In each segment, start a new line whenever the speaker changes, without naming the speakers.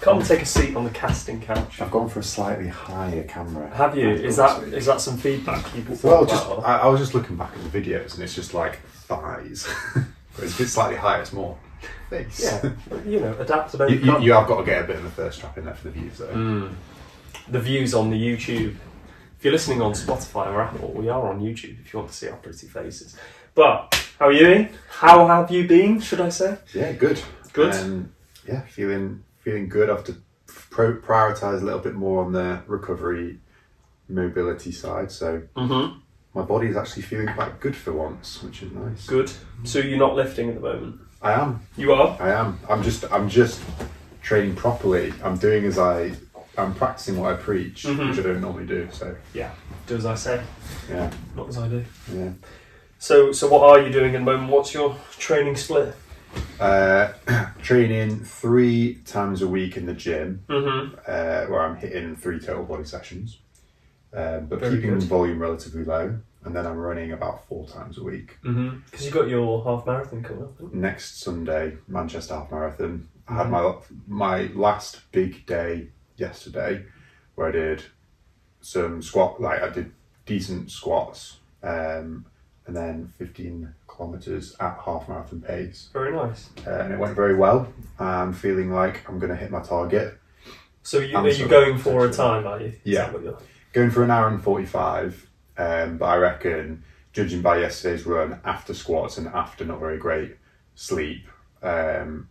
Come take a seat on the casting couch.
I've gone for a slightly higher camera.
Have you? Is
That's
that is that some feedback you can
Well,
talk
just
about?
I, I was just looking back at the videos, and it's just like thighs. Whereas if it's slightly higher, it's more face.
yeah, you know, adapt and
you, you,
overcome.
you have got to get a bit of a thirst trap in there for the views, though.
Mm. The views on the YouTube. If you're listening on Spotify or Apple, we are on YouTube. If you want to see our pretty faces, but how are you? Ian? How have you been? Should I say?
Yeah, good.
Good.
Um, yeah, feeling feeling good. I have to pro- prioritize a little bit more on the recovery mobility side. So
Mm-hmm.
my body is actually feeling quite good for once, which is nice.
Good. So you're not lifting at the moment.
I am.
You are.
I am. I'm just. I'm just training properly. I'm doing as I. I'm practicing what I preach,
Mhm.
which I don't normally do. So
Yeah. Do as I say,
yeah,
not as I do.
yeah.
So, so what are you doing at the moment? What's your training split?
Uh, training three times a week in the gym,
Mm-hmm.
uh, where I'm hitting three total body sessions, um, but
Very
keeping
good.
volume relatively low. And then I'm running about four times a week.
Mm-hmm. Because you got your half marathon coming up. haven't
Next Sunday, Manchester Half Marathon. I had my my last big day yesterday, where I did some squat, like I did decent squats, um, and then 15 kilometers at half marathon pace.
you? Very nice.
uh, and it went very well. I'm feeling like I'm going to hit my target.
So, you,
I'm
are you
sorry,
going for a
actually.
time? Are you? Is
Yeah.
that what you're-
Going for an hour and 45, um, but I reckon, judging by yesterday's run, after squats and after not very great sleep, um,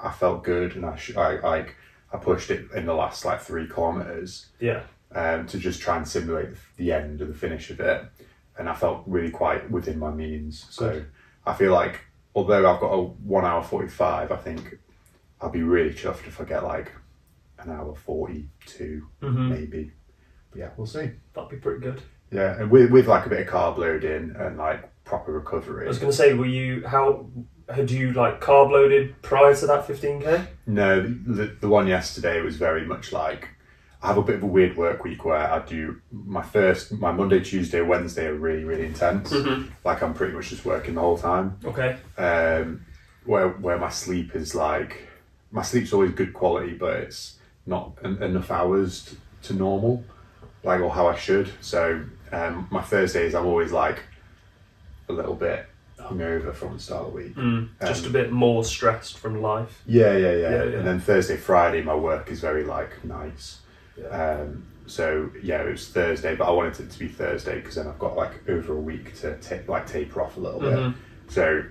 I felt good and I, sh- I like I pushed it in the last like three kilometers
Yeah.
um, to just try and simulate the end and the finish of it, and I felt really quite within my means. So
Good.
I feel like although I've got a one hour forty five, I think I'll be really chuffed if I get like an hour forty two
Mm-hmm.
maybe. But yeah, Hmm. we'll see.
That'd be pretty good.
Yeah, and with with like a bit of carb loading and like proper
I
recovery.
was going to say, were you how had you like carb loaded prior to that 15k?
No, the, the one yesterday was very much like I have a bit of a weird work week where I do my first, my Monday, Tuesday, Wednesday are really, really intense.
Mhm.
Like I'm pretty much just working the whole time.
Okay.
Um, where where my sleep is like, my sleep's always good quality, but it's not en- enough hours t- to normal, like or how I should. So um, my Thursdays, I'm always like a little bit hungover from the start of the week.
Mm, just a bit more stressed from life.
Yeah, yeah, yeah.
Yeah, yeah.
And then Thursday, Friday, my work is very like nice.
Yeah.
Um, so yeah, it was Thursday, but I wanted it to be Thursday because then I've got like over a week to ta- like taper off a little
Mhm.
bit. So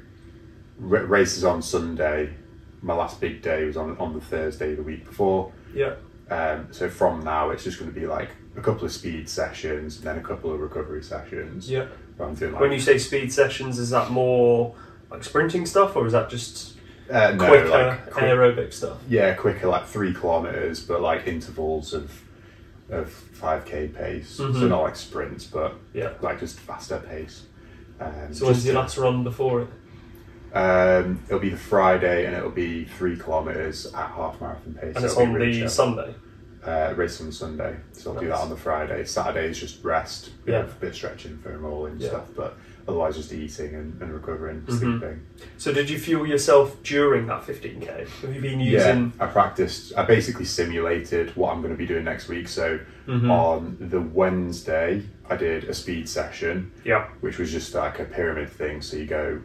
r- races on Sunday. My last big day was on on the Thursday the week before.
Yeah.
Um, so from now, it's just going to be like a couple of speed sessions and then a couple of recovery sessions.
Yeah.
Where I'm doing like
When you say speed sessions, is that more like sprinting stuff, or is that just
uh, no,
quicker
like, quick-
aerobic stuff?
yeah, quicker, like three kilometers, but like intervals of of five k pace. So
Mhm.
not like sprints, but
Yeah.
like just faster pace. Um,
So when's
just-
your last run before it?
Um, it'll be the Friday, and it'll be three kilometers at half marathon pace.
And it's
It'll be
on the
really chill.
Sunday.
uh, race on Sunday, so I'll do that
Nice.
on the Friday. Saturday is just rest, bit
Yeah.
of, bit of stretching, foam rolling and
Yeah.
stuff, but otherwise just eating and, and recovering,
Mhm.
sleeping.
So did you fuel yourself during that 15k? Have you been using?
Yeah, I practiced. I basically simulated what I'm going to be doing next week. So
Mhm.
on the Wednesday, I did a speed session,
Yeah.
which was just like a pyramid thing. So you go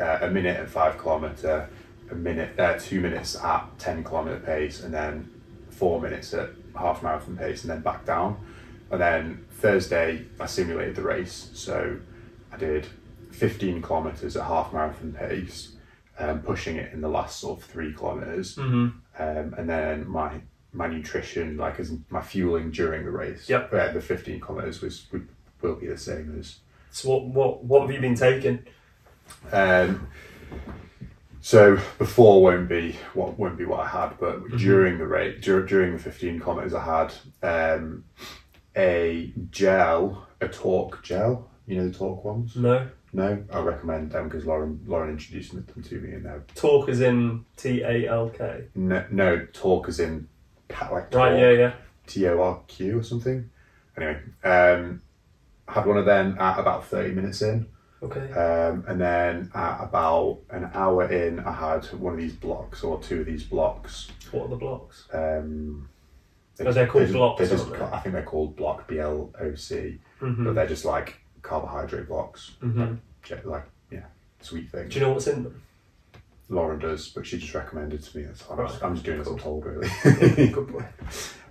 uh, a minute at five kilometer, a minute, uh, two minutes at ten kilometer pace, and then four minutes at half marathon pace, and then back down. And then Thursday, I simulated the race. So I did fifteen kilometers at half marathon pace, um, pushing it in the last sort of three kilometers
hmm
um, and then my my nutrition, like as my fueling during the race,
Yep.
uh, the 15 kilometers was would, will be the same as.
So what what what have you been taking?
Um, so before won't be what won't be what I had, but
Mm-hmm.
during the rate dur- during the 15 kilometers, I had um, a gel, a talk gel. You know the talk ones?
No.
No, I recommend them because Lauren Lauren introduced them to me, and they're
Talk is in T A L K.
no, no talk as in pa- like talk.
Right. Yeah. Yeah.
T O R Q or something. Anyway, um, had one of them at about 30 minutes in,
Okay.
Um, and then at about an hour in, I had one of these blocks or two of these blocks.
What are the blocks?
Um,
Are they called
just-
blocks,
they're just
aren't they?
ca- I think they're called block B L O C,
Mm-hmm.
but they're just like carbohydrate blocks,
hmm
J- like yeah, sweet things.
Do you know what's in them?
Lauren does, but she just recommended to me. That's I'm, just, I'm just doing as I'm told, really.
Good boy.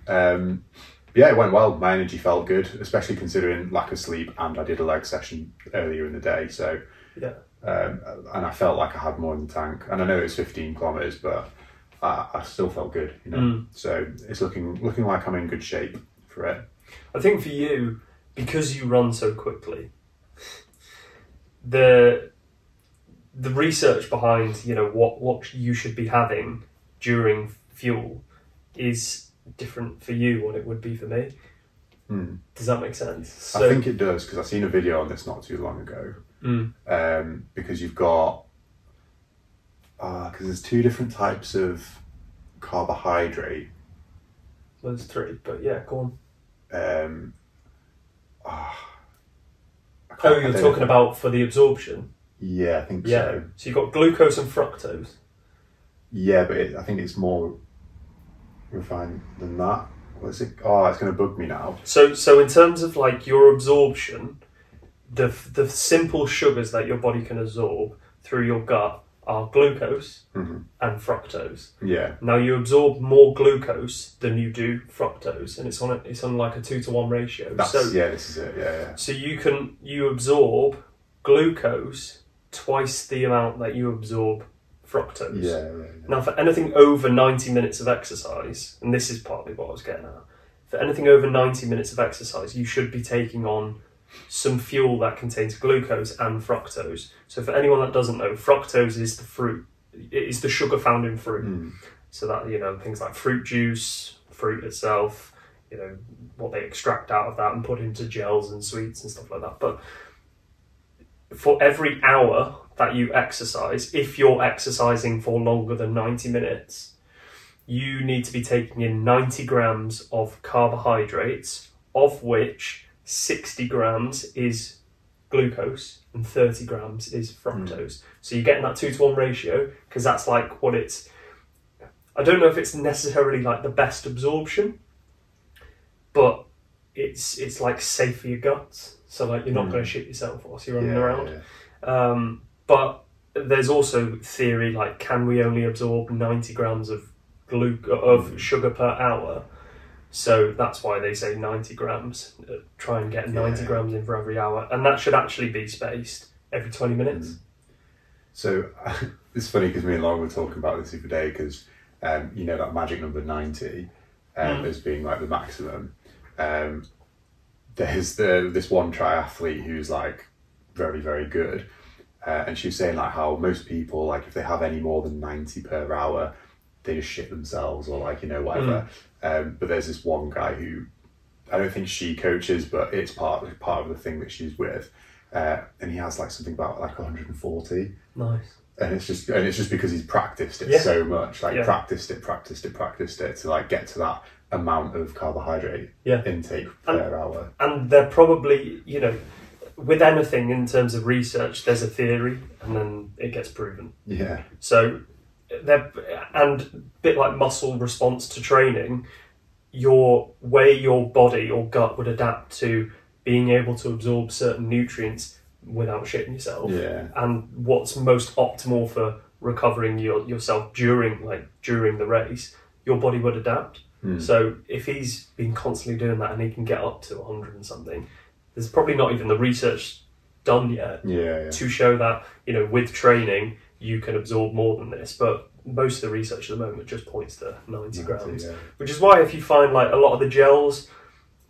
um, but yeah, it went well. My energy felt good, especially considering lack of sleep, and I did a leg session earlier in the day, so
Yeah.
um, and I felt like I had more in the tank. And I know it was 15 kilometers, but I, I still felt good, you know.
Mm.
So it's looking looking like I'm in good shape for it.
I think for you, because you run so quickly, the the research behind you know what what you should be having during fuel is different for you what it would be for me.
Mm.
Does that make sense? So,
I think it does because I've seen a video on this not too long ago.
Mm.
Um, because you've got because there's two different types of carbohydrate.
well, there's three, but yeah, go on.
Um, ah, I can't-
Oh,
I
you're
don't
talking
know.
about for the absorption.
Yeah, I think
Yeah.
so.
So you've got glucose and fructose.
Yeah, but it, I think it's more refined than that. What is it? Oh, it's going to bug me now.
So, so in terms of like your absorption, the the simple sugars that your body can absorb through your gut are glucose
Mhm.
and fructose.
Yeah,
Now you absorb more glucose than you do fructose, and it's on a, it's on like a two to one ratio.
that's
so,
yeah. This is it. Yeah, yeah.
so you can you absorb glucose twice the amount that you absorb fructose.
Yeah, yeah, yeah.
Now, for anything over 90 minutes of exercise, and this is partly what I was getting at, for anything over 90 minutes of exercise, you should be taking on some fuel that contains glucose and fructose. So, for anyone that doesn't know, fructose is the fruit, it is the sugar found in fruit.
Mm.
So, that, you know, things like fruit juice, fruit itself, you know, what they extract out of that and put into gels and sweets and stuff like that. But for every hour that you exercise, if you're exercising for longer than 90 minutes, you need to be taking in 90 grams of carbohydrates, of which 60 grams is glucose and 30 grams is fructose. So you're getting that two to one ratio because that's like what it's. I don't know if it's necessarily like the best absorption, but it's it's like safe for your guts. So like you're not
Mm.
going to shit yourself whilst you're
yeah,
running around.
yeah.
Um, but there's also theory like, can we only absorb 90 grams of glu- of sugar per hour? So that's why they say 90 grams. Uh, try and get 90
Yeah.
grams in for every hour, and that should actually be spaced every 20 minutes.
So it's funny because me and Lauren were talking about this the other day because um, you know that magic number ninety um,
Mm.
as being like the maximum. Um, there's the this one triathlete who's like very very good, uh, and she was saying like how most people like if they have any more than ninety per hour, they just shit themselves or like you know whatever. Um, but there's this one guy who I don't think she coaches, but it's part part of the thing that she's with. Uh, and he has like something about like 140
Nice.
and it's just and it's just because he's practiced it
Yeah.
so much like
Yeah.
practiced it practiced it practiced it to like get to that amount of carbohydrate
Yeah.
intake per hour
and they're probably you know with anything in terms of research there's a theory and then it gets proven
yeah
so they're and a bit like muscle response to training your way your body or gut would adapt to being able to absorb certain nutrients without shitting yourself
yeah
and what's most optimal for recovering your, yourself during like during the race your body would adapt
Hmm.
so if he's been constantly doing that and he can get up to 100 and something there's probably not even the research done yet
yeah yeah
to show that you know with training you can absorb more than this but most of the research at the moment just points to 90 grams
yeah.
which is why if you find like a lot of the gels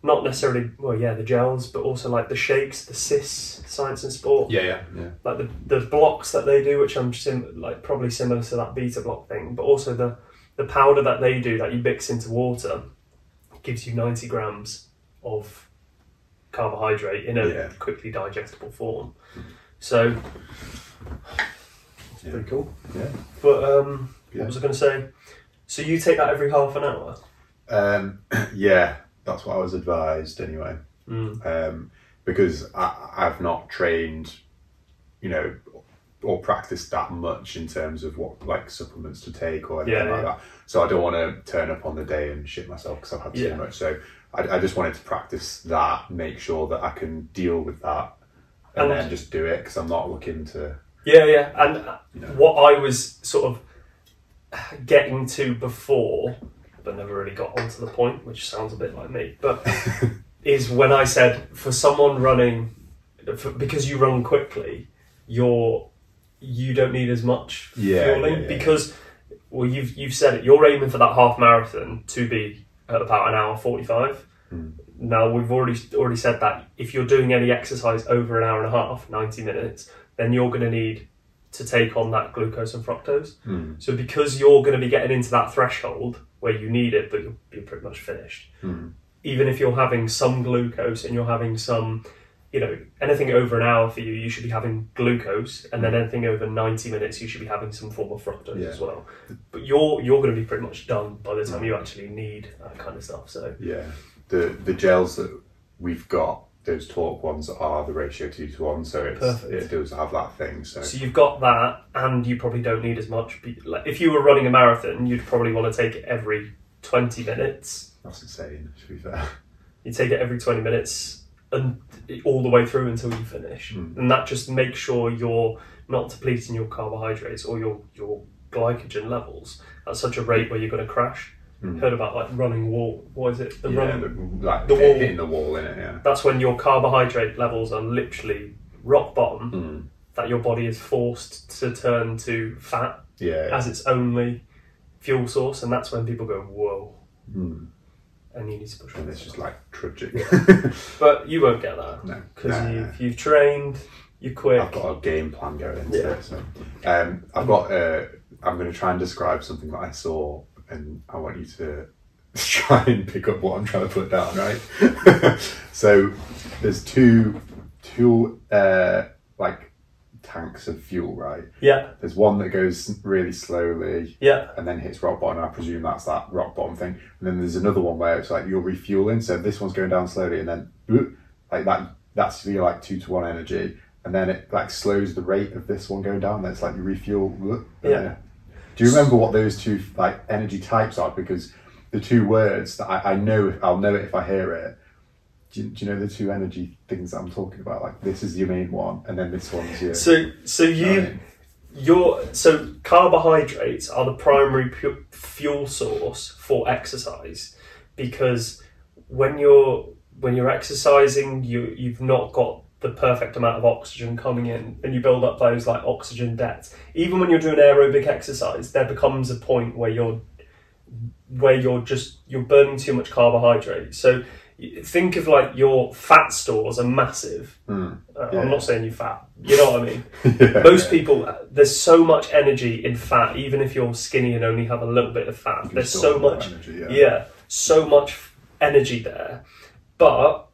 not necessarily well yeah the gels but also like the shakes the cis science and sport
Yeah, yeah, yeah.
like the, the blocks that they do, which I'm sim- like probably similar to that beta block thing, but also the the powder that they do that you mix into water gives you 90 grams of carbohydrate in a
Yeah.
quickly digestible form. So it's
Yeah.
pretty cool.
Yeah.
But um,
Yeah.
what was I going to say? So you take that every half an hour.
Um, yeah, that's what I was
Mm.
advised anyway. Um, because I, I've not trained you know, or practiced that much in terms of what like supplements to take or anything
Yeah,
like
yeah.
that. So I don't want to turn up on the day and shit myself because I've had
Yeah.
too much. So I, I just wanted to practice that, make sure that I can deal with that, and
And-
then just do it because I'm not looking to.
Yeah, yeah. And uh,
You know.
what I was sort of getting to before, but never really got onto the point, which sounds a bit like me, but is when I said for someone running, for, because you run quickly, you're you don't need as much
Yeah,
fueling
yeah, yeah,
because well you've you've said it you're aiming for that half marathon to be at about an hour 45
Hmm.
now we've already already said that if you're doing any exercise over an hour and a half 90 minutes then you're going to need to take on that glucose and fructose so because you're going to be getting into that threshold where you need it but you're, you're pretty much finished even if you're having some glucose and you're having some you know anything over an hour for you you should be having glucose and then anything over 90 minutes you should be having some form of fructose
Yeah.
as well but you're you're going to be pretty much done by the time you actually need that kind of stuff so
Yeah, the the gels that we've got, those torque ones are the ratio two to one, so it's,
Perfect.
it does have that thing. So
So you've got that, and you probably don't need as much. be- Like, if you were running a marathon, you'd probably want to take it every 20 minutes.
that's insane. To be fair,
You take it every 20 minutes and all the way through until you finish,
Hmm.
and that just makes sure you're not depleting your carbohydrates or your your glycogen levels at such a rate where you're going to crash. Heard about like running wall? What is it? The
Hmm. yeah,
running.
the, like
the wall-
hitting the wall in it. Yeah,
That's when your carbohydrate levels are literally rock bottom.
Hmm.
That your body is forced to turn to fat
yeah.
as its only fuel source, and that's when people go, "Whoa!" And you need to push on
Hmm. and it's
this.
just like tragic.
But you won't get that
No.
because
No, no,
you've, you've trained, you're quick.
I've got a game plan going into
Yeah.
it. So, um, I've got. Uh, I'm going to try and describe something that I saw, and I want you to try and pick up what I'm trying to put down. Right. so there's two, two uh, like tanks of fuel. Right.
yeah,
There's one that goes really slowly.
yeah,
and then hits rock bottom. I presume that's that rock bottom thing. And then there's another one where it's like you're refueling. So this one's going down slowly, and then whoop, like that. That's your like two to one energy, and then it like slows the rate of this one going down. That's like you refuel. whoop, and
Yeah.
then- Do you remember what those two like energy types are? Because the two words that I, I know, I'll know it if I hear it. Do you, do you know the two energy things that I'm talking about? Like this is your main one, and then this one's your.
So, so you,
Right.
your, so carbohydrates are the primary pu- fuel source for exercise because when you're when you're exercising, you you've not got the perfect amount of oxygen coming in, and you build up those like oxygen debts. Even when you're doing aerobic exercise, there becomes a point where you're where you're just you're burning too much carbohydrate. So y- think of like your fat stores are massive. Uh,
yeah.
I'm not saying you're fat. You know what I mean.
Yeah,
Most
yeah.
people, uh, there's so much energy in fat. Even if you're skinny and only have a little bit of fat, there's
store
so
more
much.
energy, yeah.
yeah. so much f- energy there. But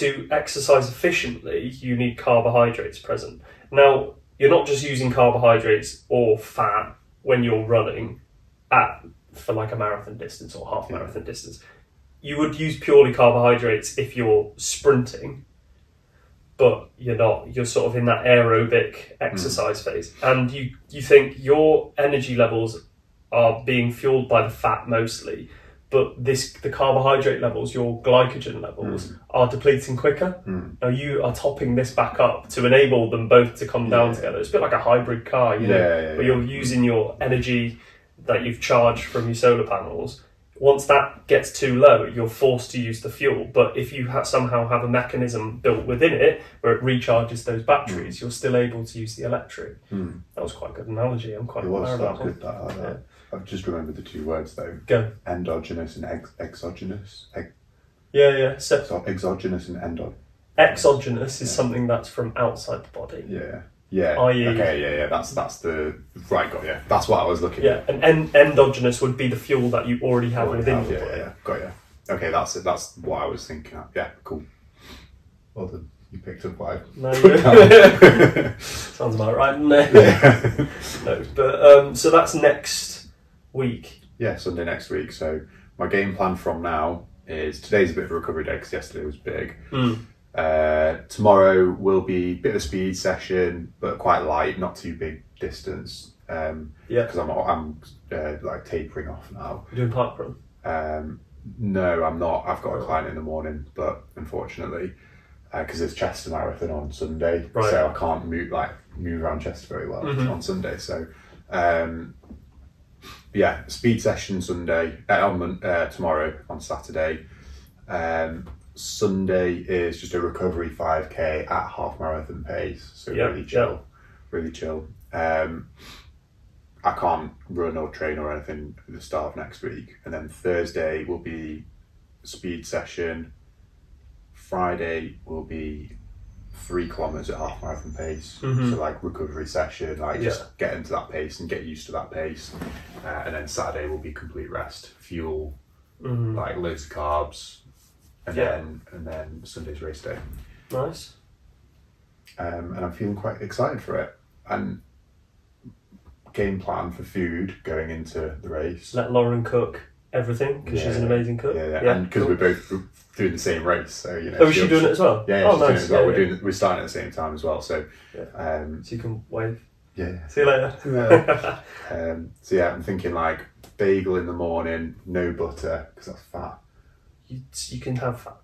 to exercise efficiently, you need carbohydrates present. Now, you're not just using carbohydrates or fat when you're running at for like a marathon distance or half marathon distance. You would use purely carbohydrates if you're sprinting but you're not. You're sort of in that aerobic exercise phase, and you you think your energy levels are being fueled by the fat mostly, but this the carbohydrate levels, your glycogen levels,
Hmm.
are depleting quicker. Now you are topping this back up to enable them both to come down
Yeah.
together. It's a bit like a hybrid car, you know,
Yeah, yeah,
but
yeah.
you're using your energy that you've charged from your solar panels. Once that gets too low, you're forced to use the fuel. But if you ha- somehow have a mechanism built within it where it recharges those batteries,
Hmm.
you're still able to use the electric. That was quite a good analogy. I'm quite
It
aware
was
of
that
that
good.
one.
That, I like that. I've just remembered the two words though.
Go.
endogenous and ex- exogenous. Ex-
Yeah, yeah. So
so exogenous and endo.
exogenous is something that's from outside the body.
Yeah. Oh, Yeah.
I.e.
Okay. Yeah. Yeah. That's that's the right. Got yeah. That's what I was looking
Yeah,
at.
and en- endogenous would be the fuel that you already have
Right,
within
yeah,
your
yeah,
body.
yeah. Got yeah. Okay. That's it. That's what I was thinking. Of. Yeah. Cool. Well done. You picked up what I
No,
put
you-
down.
Sounds about right, doesn't it?
yeah.
No, but um, so that's next week.
yeah. Sunday next week.
Hmm.
So my game plan from now is today's a bit of a recovery day because yesterday was big. Uh, tomorrow will be a bit of a speed session, but quite light, not too big distance. Um,
Yeah.
because I'm I'm uh, like tapering off now.
You're doing parkrun.
Um, no, I'm not. I've got a client in the morning, but unfortunately, because it's Chester Marathon on Sunday,
Right.
so I can't move like move around Chester very well
Mhm.
on Sunday. So, um, yeah, speed session Sunday uh, on Mon- uh, tomorrow on Saturday. Um, Sunday is just a recovery 5k at half marathon pace, so
Yeah,
really chill, really chill. Um, I can't run or train or anything at the start of next week, and then Thursday will be speed session. Friday will be three kilometers at half marathon pace,
Mhm.
so like recovery session, like just get into that pace and get used to that pace, uh, and then Saturday will be complete rest, fuel,
Mm.
like loads of carbs, and
Yeah.
then and then Sunday's race day.
Nice.
Um, and I'm feeling quite excited for it. And game plan for food going into the race.
Let Lauren cook everything because
Yeah,
she's an
yeah.
amazing cook.
Yeah, yeah, yeah. because
cool.
we're both doing the same race, so you know.
Oh, is she
she'll-
doing it as well?
Yeah, yeah
oh,
she's doing it
nice.
as well.
Yeah,
we're
yeah.
doing we're starting at the same time as well. So,
Yeah.
um,
So you can wave.
yeah.
See you later.
yeah. um, so yeah, I'm thinking like bagel in the morning, no butter because that's fat.
You, you can have that.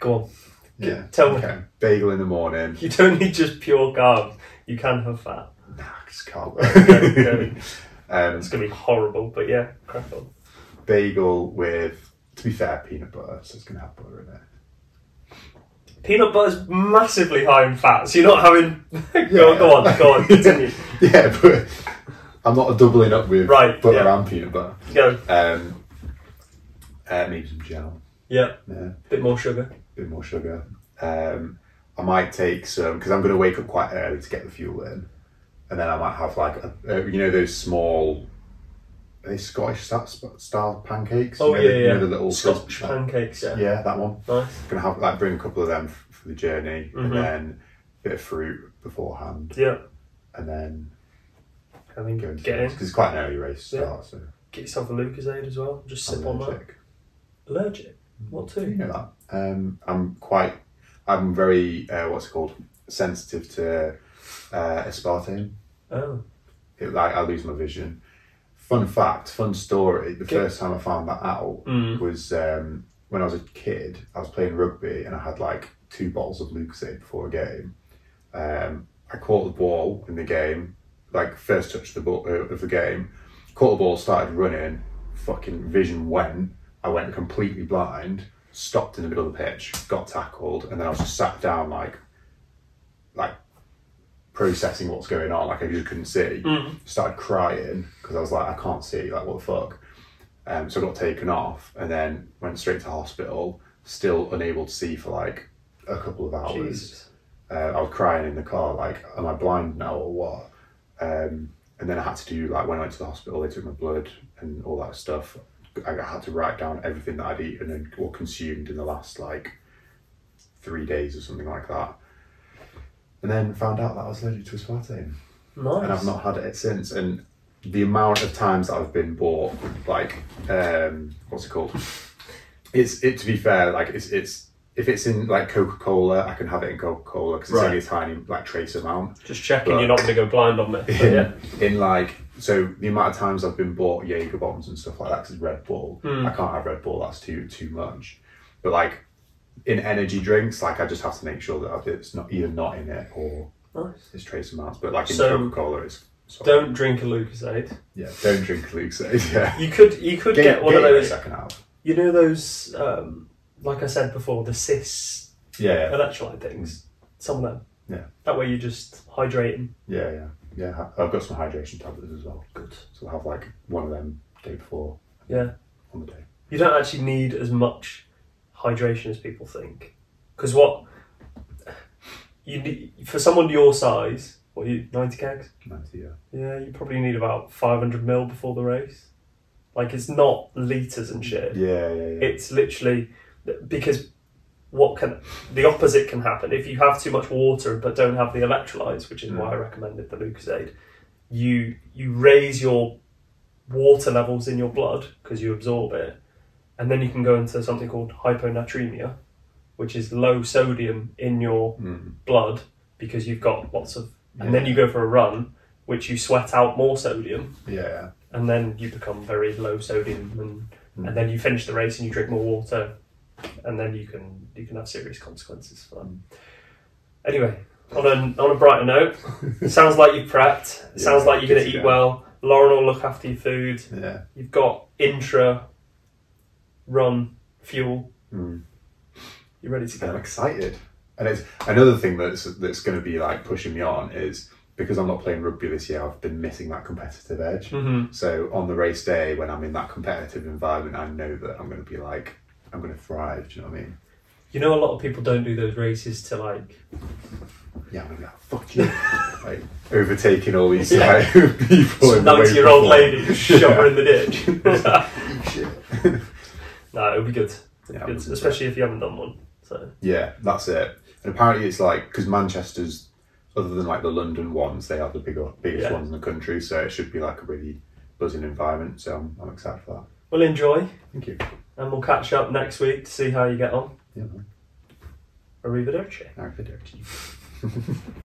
Go on.
Yeah.
tell me.
Bagel in the morning.
You don't need just pure carbs. You can have fat.
Nah, I just can't.
Okay.
um,
It's going to be horrible, but yeah, crack on.
bagel with, to be fair, peanut butter. So it's gonna have butter in it.
Peanut butter's massively high in fat, so you're not having. go, on, go on, go on, continue.
yeah, but I'm not doubling up with
Right,
butter
yeah.
and peanut butter.
Go.
Um, uh, maybe some gel.
Yeah,
Yeah,
bit more sugar.
bit more sugar. Um, I might take some because I'm going to wake up quite early to get the fuel in, and then I might have like a, uh, you know those small. Are they Scottish sta- sp- style pancakes?
Oh,
you know,
yeah,
the, You
yeah.
know, the little
Scotch pancakes, yeah.
Yeah, that one.
Nice.
Gonna have like bring a couple of them f- for the journey,
Mhm.
and then a bit of fruit beforehand,
Yeah.
and then
And then get,
going to
get in.
because it's quite an early race
Yeah.
start, so
Get yourself a Lucasade as well. Just sip
I'm
on that.
allergic.
Allergic? What
You
to?
know that. Um, I'm quite, I'm very uh, what's it called sensitive to uh, aspartame.
Oh.
It, like I lose my vision. Fun fact, fun story. The
Okay.
first time I found that out
Mm.
was um, when I was a kid. I was playing rugby and I had like two bottles of Lucasade before a game. Um, I caught the ball in the game, like first touch of the ball uh, of the game. Caught the ball, started running. Fucking vision went. I went completely blind. Stopped in the middle of the pitch, got tackled, and then I was just sat down like, like processing what's going on. Like I just couldn't see.
Mm.
Started crying because I was like, I can't see. Like what the fuck? Um, so I got taken off and then went straight to hospital. Still unable to see for like a couple of hours
Jesus.
uh, I was crying in the car, like, am I blind now or what? Um, and then I had to do, like, when I went to the hospital, they took my blood and all that stuff. I had to write down everything that I'd eaten and, or consumed in the last, like, three days or something like that. And then found out that I was allergic to aspartame.
Nice.
And I've not had it since. And the amount of times that I've been bought, like, um, what's it called? It's it to be fair, like it's it's if it's in like Coca Cola, I can have it in Coca Cola because
Right.
it's only a tiny like trace amount.
Just checking you're not going to go blind on me. But
In,
yeah.
in like so the amount of times I've been bought Jaeger bombs and stuff like that because Red Bull,
Hmm.
I can't have Red Bull. That's too too much. But like in energy drinks, like I just have to make sure that it's not either not in it or
Nice.
it's trace amounts. But like in
So,
Coca Cola, it's sorry.
Don't drink a Lucasade.
yeah don't drink Luke's. Yeah,
You could you could get one of
Gatorade
those.
I can have.
You know those, um, like I said before, the cis
Yeah,
electrolyte things. Some of them.
Yeah.
That way you're just hydrating.
yeah, yeah, yeah. I've got some hydration tablets as well.
Good.
So I'll have like one of them day before
Yeah.
on the day.
You don't actually need as much hydration as people think. Because what you need, for someone your size, what you ninety kegs?
Ninety, yeah.
Yeah, you probably need about five hundred mil before the race. Like it's not liters and shit.
Yeah, yeah, yeah.
It's literally because what can the opposite can happen if you have too much water but don't have the electrolytes, which is why I recommended the Lucasade. You you raise your water levels in your blood because you absorb it, and then you can go into something called hyponatremia, which is low sodium in your
Mm.
blood because you've got lots of, and then you go for a run, which you sweat out more sodium,
Yeah.
and then you become very low sodium,
Hmm.
and and then you finish the race and you drink more water, and then you can you can have serious consequences for that. Anyway, on a on a brighter note, sounds like you've prepped.
Yeah,
sounds like you're
good
going
to
to eat
go.
well. Lauren will look after your food.
Yeah.
You've got intra run fuel.
Mm.
You're ready to
I'm
go.
excited. And it's another thing that's that's going to be like pushing me on is because I'm not playing rugby this year. I've been missing that competitive edge.
Mm-hmm.
So on the race day, when I'm in that competitive environment, I know that I'm going to be like I'm going to thrive. Do you know what I mean?
You know, a lot of people don't do those races to like
Yeah, I'm going to be like fuck you, like overtaking all these
Yeah.
like, people. in the way
90 year old
before.
lady, shove her in the ditch.
Shit.
no, it'll be good. It'll
Yeah,
be
I'm
good, especially if you haven't done one. So
Yeah, that's it. And apparently, it's like because Manchester's, other than like the London ones, they are the bigger, biggest
Yeah.
ones in the country. So it should be like a really buzzing environment. So I'm, I'm excited for that.
we'll enjoy
Thank you.
and we'll catch up next week to see how you get on.
Yeah,
Arrivederci.
Arrivederci.